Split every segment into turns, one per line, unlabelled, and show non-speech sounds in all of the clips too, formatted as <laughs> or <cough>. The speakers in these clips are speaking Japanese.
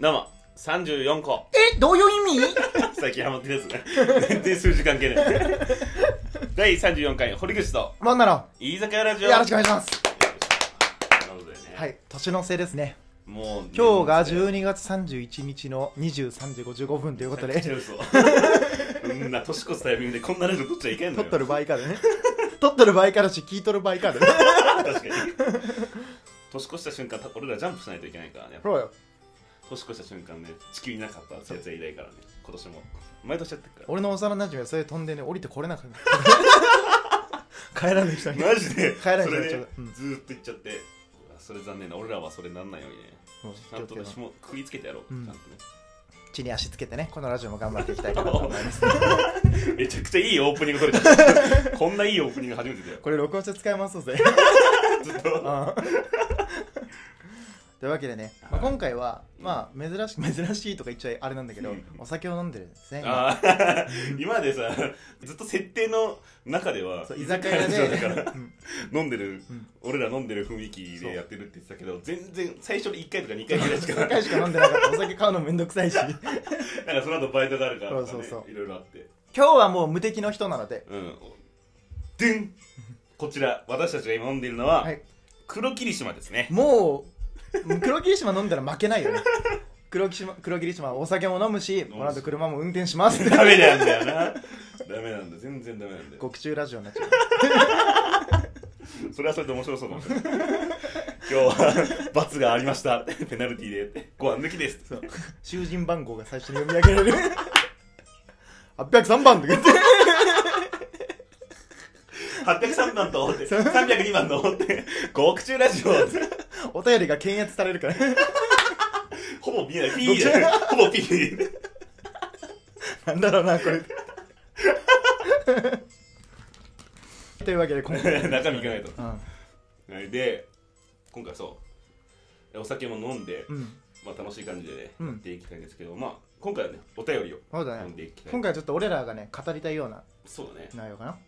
どうも34個
えどういう意味
最近ハマってるやつね全然数時間係ない第34回堀口と
マンナロ
飯坂屋ラジオ
よろしくお願いします
なのでね
はい年の瀬ですね
もう
今日が
年末
12月31日の23時55分ということ
めっち
で
ゃ嘘うんな年越すタイミングでこんなラジオ撮っちゃいけんの
撮
よ
っとる場合からね <laughs> 撮っとる場合からし聞いとる場合からね
確かに年越した瞬間た俺らジャンプしないといけないからね
<laughs> そうよ
年越した瞬間ね地球いなかったってやつがいないからね今年も毎年やってるか
俺の幼なじみはそれ飛んでね降りてこれなかった <laughs> 帰らない人に
らマジで
帰らない
そ
と
れ
ち
で
ょっとうん
ずーっと行っちゃってうわそれ残念な俺らはそれなんないようにね
もう
ちゃんと
気をつ
私
けて
も食いつけてやろう、
うん
ちゃんとね
地に足つけてねこのラジオも頑張っていきたいかなと思います
めちゃくちゃいいオープニング撮れた <laughs> こんないいオープニング初めてだ
<laughs>
よ
<laughs> これ録音して使いますぜ
ずっと
<laughs> というわけでね、まあ、今回は、まあ、珍し <laughs> 珍しいとか言っちゃあれなんだけど、
うん
お酒を飲んでるんですね今
あー <laughs> 今までさずっと設定の中では
そう居酒屋で、
居酒屋だから
うん
飲んでる、
うん
俺ら飲んでる雰囲気でやってるって言ってたけど全然最初の1回とか2回ぐらいし
<laughs>
か
一回しか飲んでなかったお酒買うのめんどくさ <laughs> いし今
なんかその後バイトがあるからとか、ね、
そうそうそう
いろいろあって
日はもう無敵の人なので、
うんでんこちら私たちが今飲んでいるのは、
はい、
黒霧島ですね
もう黒霧島飲んだら負けない <laughs> よね黒霧島黒霧島はお酒も飲むし
むし
この後車も運転します
ダメなんだよなダメなんだ全然ダメなんだよ
極中ラジオになっちゃう
それはそれで面白そうかもしれない今日は罰がありましたペナルティーでご飯抜きです
そう囚人番号が最初に読み上げら <laughs> れる803番とか言って
803番とって302番とって獄中ラジオ
お便りが検閲されるから
ほぼ見えないピーだよほぼピー
なんだろうな、これ。 <laughs> というわけで、今 <laughs> 回。
中身いかないと
うん。
はいで今回そうお酒も飲んで、
うん。
まあ、楽しい感じでね
うん
やっていきたいんですけど、まあ今回はねお便りを
そうだ
読ん
ね。
でいきたい、
今回はちょっと俺らがね、語りたいような
そうだね
内容かな。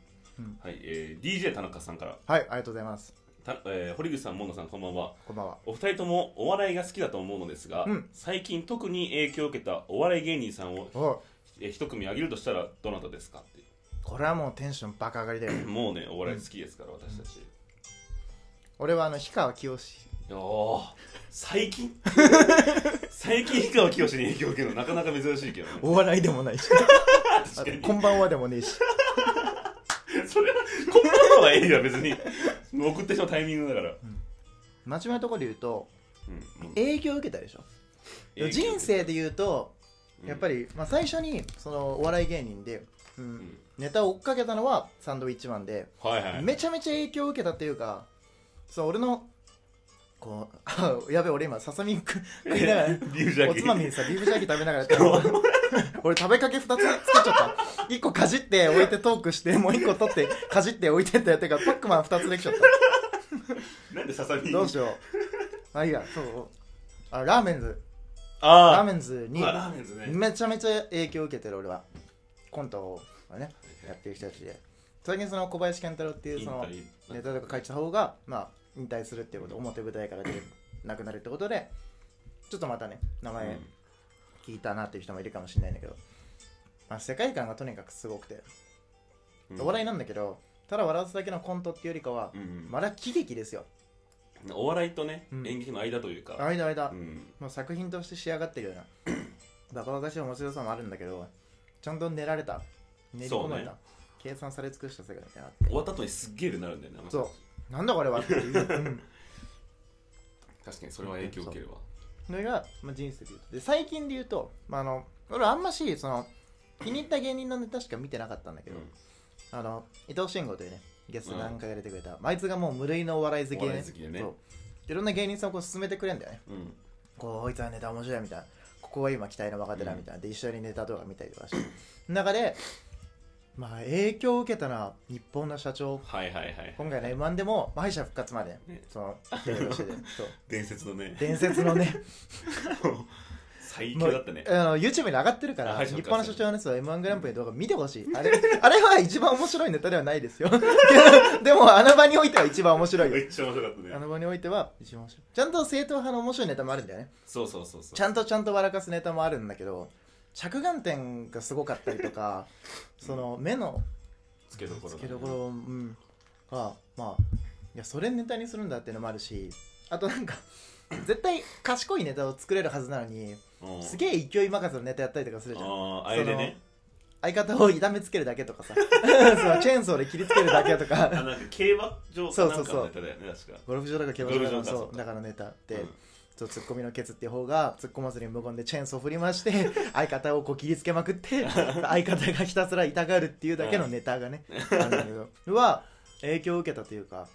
はい、えー、DJ 田中さんから
はい、ありがとうございます。
た、えー堀口さんモンナさんこんばんは
こんばんは。
お二人ともお笑いが好きだと思うのですが、
うん
最近特に影響を受けたお笑い芸人さんを
おう
えー一組挙げるとしたらどなたですかって
これはもうテンションバカ上がりだよ。
もう <clears throat> ねお笑い好きですから、私たちい
俺はあの、氷川きよし。
やー最近 <laughs> 最近氷川きよしに影響を受けるのなかなか珍しいけど
<laughs>
ね
お笑いでもないし。あ
確か
と
に
こんばんはでもねえし。
それはこんなのはいいよ別に送ってしまうタイミングだから、
真面目なところで言うと、
うんもう
影響を受けたでしょ。人生で言うと、やっぱ
り、
り、まあ、最初に、その、お笑い芸人で、
う
う、
んん
ネタを追っかけたのは、サンドウィッチマンで、
はいはい
めちゃめちゃ影響を受けたっていうかそう俺のこう <laughs> あやべえ俺今ささみ食食いながら
ビー <laughs> フジャー
お
キー
つまみにさビーフジャーキー食べながら
<laughs>
やってる俺食べかけ2つ作っちゃった1個かじって置いてトークしてもう1個取ってかじって置いてってやってるからパックマン2つできちゃっ
なんでささ
た
み
どうしようまあいいやそうあラーメンズ
あー
ラーメンズに
まあラーメンズね、
めちゃめちゃ影響を受けてる俺はコントをねやってる人たちで最近その小林健太郎っていう
イン
その
タビュー
ネタとか書いてた方が、まあ、引退するっていうこと、表舞台から出るなくなるってことで、ちょっとまたね、名
う
前
ん
聞いたなっていう人もいるかもしれないんだけど、まあ、世界観がとにかくすごくて、お笑いなんだけど、ただ笑わすだけのコントっていうよりかは
う、ん
まだ喜劇ですよ。
お笑いとね、
うん
演劇の間というか、
間間
う、ん、
もう作品として仕上がってるような、バカバカしい面白さもあるんだけど、ちゃんと練られた、練り込まれた、
そう
計算され尽くした世界だなって。
終わった後にすっげえなるんだよねあの
そうなんだこれはっていう。うん
確かにそれは影響を受けるわ
それが、まあ、人生で言うとで最近で言うと、まあ、あの俺あんましその気に入った芸人のネタしか見てなかったんだけど、あの伊藤慎吾というねゲストで何回か出てくれた、あいつがもう無類のお笑い好きで,、
お笑い好きでね
そういろんな芸人さんをこう勧めてくれんだよね
うん、うん
こういつはネタ面白いみたいなここは今期待の若手だみたいなで一緒にネタとか見たりとかして中でまあ影響を受けたのは日本の社長
はいはいはい
今回の m 1でも敗者復活まで、
ね
その出てましててそう
伝説のね
伝説のね
もう階
も
級
う
だったね
あの YouTube に上がってるか
あ
ら
敗者
日
復活
本の所長のやつは m 1グランプリの動画見てほしい、あれあれは一番面白いネタではないですよ <laughs> でも穴場においては一番面白い
め
よ
っちゃ面白かったね
穴場においては一番面白いちゃんと正統派の面白いネタもあるんだよね
そうそうそうそう
ちゃんとちゃんと笑かすネタもあるんだけど着眼点がすごかったりとかその目の
つけどころだ
付
ね
けどころ、うん、がまあいやそれネタにするんだっていうのもあるしあとなんか絶対賢いネタを作れるはずなのに
うん
すげえ勢い任せのネタやったりとかするじゃん
あーあれでね
相方を痛めつけるだけと
<laughs>
かさそうチェーンソーで切りつけるだけと
あ <laughs>
か
なんか競馬場
そ
か
う
なん
そう
か
そう
のネタだよね確か
ゴルフ場とか競馬場
ゴル
の
フ場か
そ
そう
う
か
だからネタって、
うん
そうツッコミのケツっていう方がツッコまずに無言でチェーンソー振り回して相方をこう切りつけまくって
<laughs>
相方がひたすら痛がるっていうだけのネタがねあるんだけどは影響を受けたというか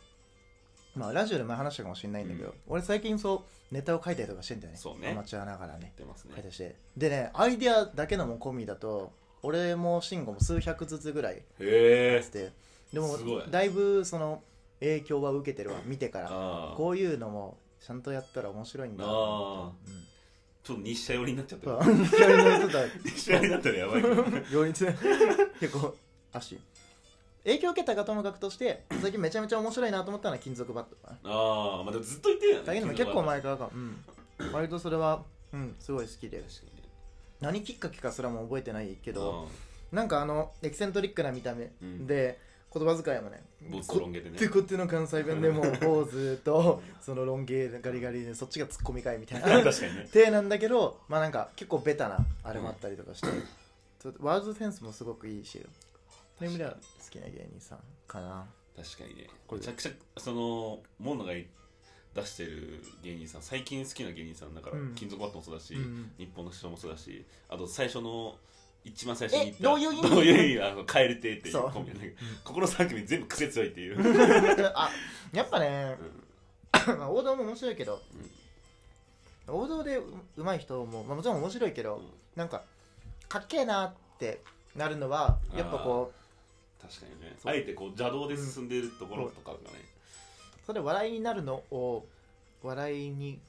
まあラジオで前話したかもしれないんだけど、
うん
俺最近そうネタを書いたりとかしてんだよね
そうね
アマチュアながらね
出ますね
書いたりしてでねアイデアだけのも込みだと俺も慎吾も数百ずつぐらい
へえ
ででも
すごい
だいぶその影響は受けてるわ見てから
ああ
こういうのもちゃんとやったら面白いんだ
あ
うん
ちょっと日射寄りになっちゃった
そう <laughs>
よ
やり直した
日射寄りになったらやばい
<laughs>
けどね
両立結構足影響を受けたかともかくとして最近めちゃめちゃ面白いなと思ったのは金属バットかな
ああまあでもずっと言ってるよね
だけども結構
昨
前からか、うん、割とそれは、うん、すごい好き
日
で
は確かにね
何きっかけかすらも覚えてないけど
うん
なんかあのエキセントリックな見た目
うん
で、言葉遣いもね
ボツとロン毛でね
こ <laughs> ってこっての関西弁でもう坊主とそのロン毛ガリガリでそっちがツッコミかいみたい
<laughs>
な
確かにね
てなんだけどまあなんか結構ベタなあれもあったりとかして、ちょっとワールドセンスもすごくいいしそういう意味では好きな芸人さんかな
確かにね
こ
め
れ
ちゃくちゃそのモノが出してる芸人さん最近好きな芸人さんだから、
うん
金属バットもそうだし、
うん
日本の人もそうだしあと最初の一番最初に
えどういう意味
どういう意味あの蛙亭ってい
そう
うコンビだけど心3組全部癖強いっていう、
あやっぱね、まあ王道も面白いけど、王道でううまい人も、まあ、もちろん面白いけど、
うん
なんかかっけえなってなるのはやっぱこう
確かにね
そう
あえてこう邪道で進んでるところとかがね、
それ笑いになるのを笑いに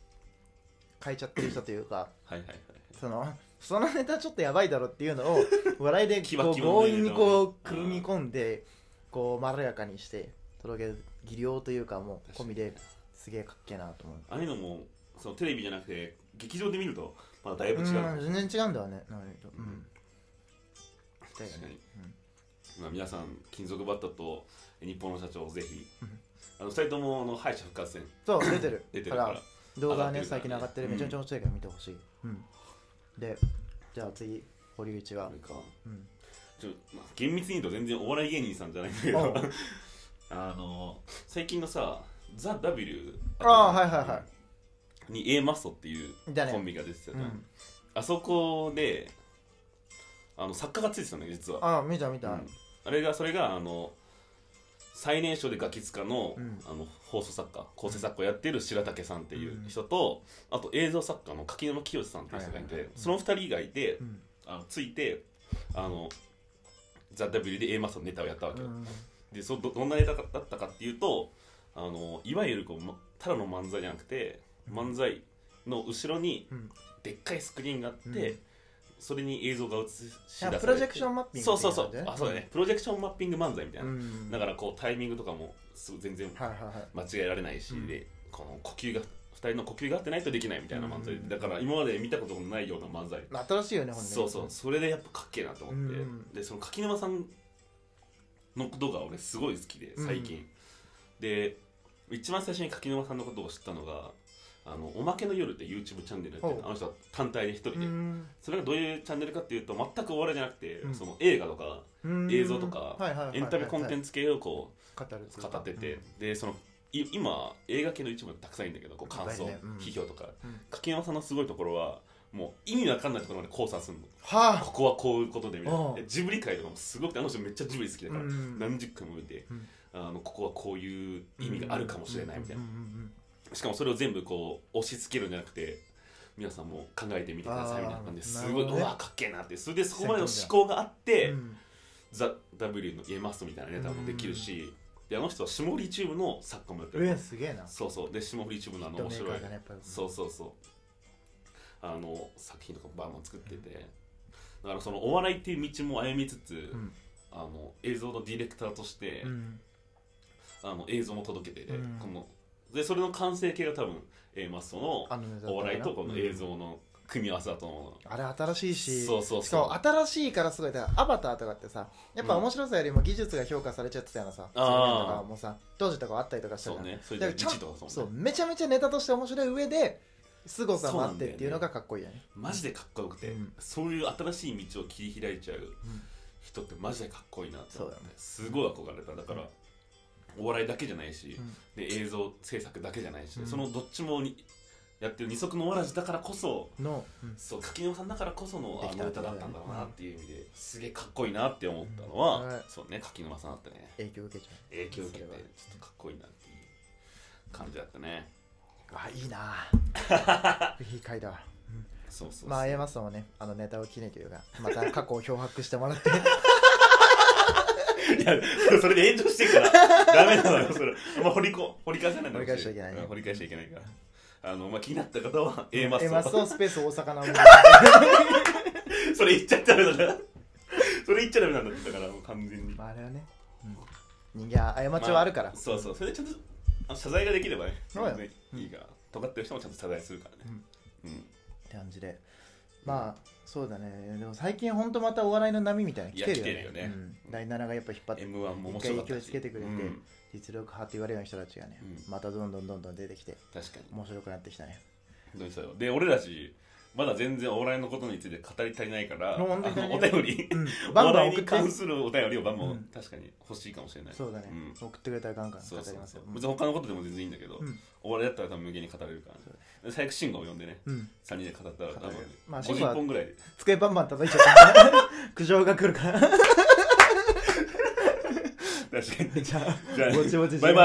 変えちゃってる人というか
はいはいはい
そのそのネタちょっとやばいだろっていうのを笑いで
<laughs> キ
こ
ワ
う
キワの
強
ネタをね
引にこう
うん
組み込んでこうまろやかにしてとろげる技量というかもう込みですげえかっけえなと思う
ああいうのもそのテレビじゃなくて劇場で見るとまだだいぶ
う
違う、
ん全然違うんだよねなんかうんだよ
確か
ね
にまあ、皆さん金属バットと日本の社長ぜひ
うん
あの2人ともあの敗者復活戦
そう出てる
出てるから
動画は
上
ね
がっ
最
て
近
るからね
上がってるめちゃめちゃ面白いから見てほしいうんでじゃあ次堀内は
あれか
うん
ちょ、まあ、厳密に言うと全然お笑い芸人さん <laughs> じゃないんだけど <laughs> あの最近のさ「ザ・ w
ああはいはいはい
に A マストっていう
だね
コンビが出てたじゃん、
うん
あそこであの作家がついてたのよ実は
ああ見た見
う
た
んあれがそれがあの最年少でガキ使の,、
うん
あの放送作家構成作家をやってる白竹さんっていう人と、あと映像作家の柿沼清さんっていう人がいて、
はいはいはい
その2人がいて、
うん
あのついてあのザ・ W で A マスのネタをやったわけ
う
よ、
ん
でそどどんなネタだったかっていうとあのいわゆるこうまただの漫才じゃなくて漫才の後ろに
うん
でっかいスクリーンがあって、
うん
それに映像が映し出さ
あ
れて
プロジェクションマッピング
そうそうそ
っ
う
てい感じね
あそうだねプロジェクションマッピング漫才みたいな、
ん
だからこうタイミングとかもすごい全然
はいはいはい
間違えられないし、
うん
でこの呼吸が2人の呼吸が合ってないとできないみたいな漫才、
うん
だから今まで見たことのないような漫才
新しいよねほんで
そうそうそれでやっぱかっけえなと思って、
うん
でその柿沼さんのことが俺すごい好きで
うん
最近、で一番最初に柿沼さんのことを知ったのが「あのおまけの夜」って YouTube チャンネルやって
ほ
る
う
あの人は単体で一人で、
うん
それがどういうチャンネルかっていうと全くお笑いじゃなくて、
うん
その映画とか
うん
映像とか
はいはいはいはい
エンタメコンテン
ツ
ツ系をこ
語る
う語ってて、でそのい今映画系の一部たくさんいるんだけどこう感想、
いっぱいねうん
批評とか
うん
柿沼さんのすごいところはもう意味わかんないところまで考察するの
は
ここはこういうことでみたい
うん
なでジブリ界とかもすごくてあの人めっちゃジブリ好きだから、
うん
何十回も見て、
うん
あのここはこういう意味があるかもしれないみたいな、
うんうんうん
しかもそれを全部こう押し付けるんじゃなくて皆さんも考えてみてくださいみたいな感じで
あー
すごい、
なるほど
う
ね
わかっけえなってそれでそこまでの思考があって「
うん
ザ・ w の「言えます」みたいなネタもできるし、であの人は霜降りチューブの作家もやって
う
る、
わすげえな
そうそうで霜降りチューブのあの面白い
ヒットメーカーだねやっぱり
そうそうそうあの作品とかバンバン作っててだからそのお笑いっていう道も歩みつつ、
うん
あの映像のディレクターとして、
うん
あの映像も届けて、
うん
このでそれの完成形が多分 A マッソの
あのねだったかな
お笑いとこの映像
うん
の組み合わせだと思うの、
あれ新しいし
そうそうそう
しかも新しいからすごいだからアバターとかってさやっぱ面白さよりも技術が評価されちゃってたようなさ
あー
そういうのとかもさ当時とかあったりとかしたじ
そ
ゃ
うんねそれ
だ
で
からちゃ
1
ん
とか
そ
そううね
めちゃめちゃネタとして面白い上で凄さもあってっていうのがかっこいいよね
マジでかっこよくて、
うん
そういう新しい道を切り開いちゃう
うん
人ってマジでかっこいいなって思って、
そうだね
すごい憧れただから、お笑いだけじゃないし、
うん
で映像制作だけじゃないし、
うん
そのどっちもにやってる二足のわらじだからこそ
の、うん
そう柿沼さんだからこその
で
あ
きた
の
ってこ
歌だ
とだ
っ
よね
たんだろうなっていう意味ですげえかっこいいなって思ったのは、
うんはい
そうね柿沼さんだったね
影響受けちゃ
影響を受けてち
そ
ょ
れは
っとかっこいいなっていう感じだったね
うあいいな <laughs> いい回だわ
そうそうそう
まあ A マスもねあのネタを機にというかまた過去を漂白しても
<laughs>
らって
いや、それで炎上してる
<laughs>
から、ダメなのよ、それ。あんま掘りこ掘り返さないでほ
掘り返しちゃいけないね
うん掘り返しちゃいけないから。あの、まあ、気になった方は、A マ
A
ス
マス
<laughs>
を。
をスペース大阪の
それ言っちゃダメなんだ。それ言っちゃダメなんだって言ったから、もう完全に。
まああれはね、うん、人間過ちはあるから、
そうそうそれでちゃんとあの謝罪ができればね
そうよ
全然いいから尖ってる人もちゃんと謝罪するからねうん
って感じでまあそうだねでも最近ほんとまたお笑いの波みたいなの来てるよ
いや来
ね
てるよね
うん、第7がやっぱ引っ張って
M1 も面白かったし
一回勢いつけてくれて
うん
実力派と言われるような人たちがね、
うん
またどんどんどんどん出てきて
確かに
面白くなってきた
<laughs>
ね
本当にそうよで俺らしまだ全然お笑いのことについて語り足りないからあ
もう本当に足り
の
ない
お便り
うん
お
バンバン
笑い
送っ
に
て
関するお便りをバンバ
うん
ン確かに欲しいかもしれない
そうだね、
ん
送ってくれたらガンガン語
そうそう
ります
そ
よ
う別に他のことでも全然いいんだけど
うん
お笑いだったら多分無限に語れるからねで最悪慎吾を呼んでね
うん、うん、
3人で語ったら多
語れ
分
るまあ慎吾は
50本ぐらいで
机バンバン叩いちゃった <laughs> から苦情が来るから
確かに
じゃあ
じゃあ
<laughs> ぼちぼち
バイバイ